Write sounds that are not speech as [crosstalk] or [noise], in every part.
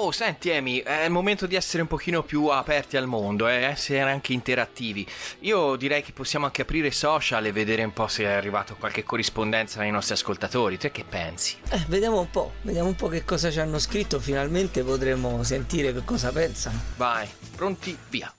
Oh, senti Amy, è il momento di essere un pochino più aperti al mondo e essere anche interattivi. Io direi che possiamo anche aprire social e vedere un po' se è arrivato qualche corrispondenza dai nostri ascoltatori. Te che pensi? Eh, vediamo un po', vediamo un po' che cosa ci hanno scritto, finalmente potremo sentire che cosa pensano. Vai, pronti, via.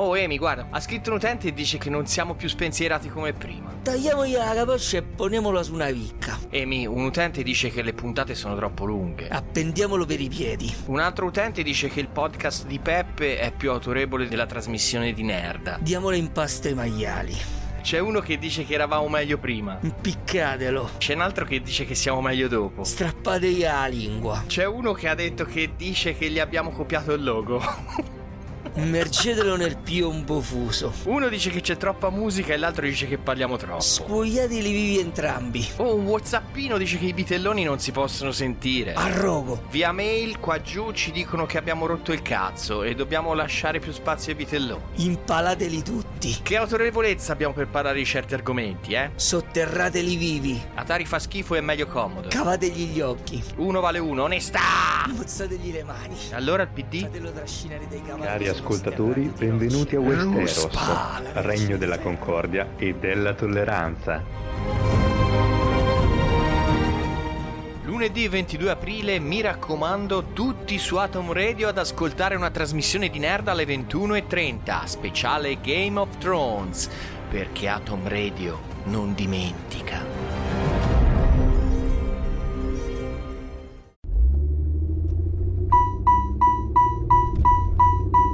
Oh Amy, guarda, ha scritto un utente e dice che non siamo più spensierati come prima. Tagliamogli la capoccia e poniamola su una vicca. Amy, un utente dice che le puntate sono troppo lunghe. Ah. Appendiamolo per i piedi. Un altro utente dice che il podcast di Peppe è più autorevole della trasmissione di Nerda. Diamolo in pasta ai maiali. C'è uno che dice che eravamo meglio prima. Impiccatelo. C'è un altro che dice che siamo meglio dopo. Strappategli la lingua. C'è uno che ha detto che dice che gli abbiamo copiato il logo. [laughs] Immergetelo nel piombo fuso. Uno dice che c'è troppa musica e l'altro dice che parliamo troppo. Scuoiateli vivi entrambi. Oh, un whatsappino dice che i bitelloni non si possono sentire. A rogo. Via mail qua giù ci dicono che abbiamo rotto il cazzo e dobbiamo lasciare più spazio ai bitelloni. Impalateli tutti. Che autorevolezza abbiamo per parlare di certi argomenti, eh? Sotterrateli vivi. Atari fa schifo e è meglio comodo. Cavategli gli occhi. Uno vale uno, onestà! Mozzategli le mani. Allora il PD? Fatelo trascinare dai cavalli. Cari sotto ascoltatori, sterrati di benvenuti a rossi. Westeros, Ruspala. regno della concordia e della tolleranza. Lunedì 22 aprile, mi raccomando, tutti su Atom Radio ad ascoltare una trasmissione di nerd alle 21.30, speciale Game of Thrones, perché Atom Radio non dimentica.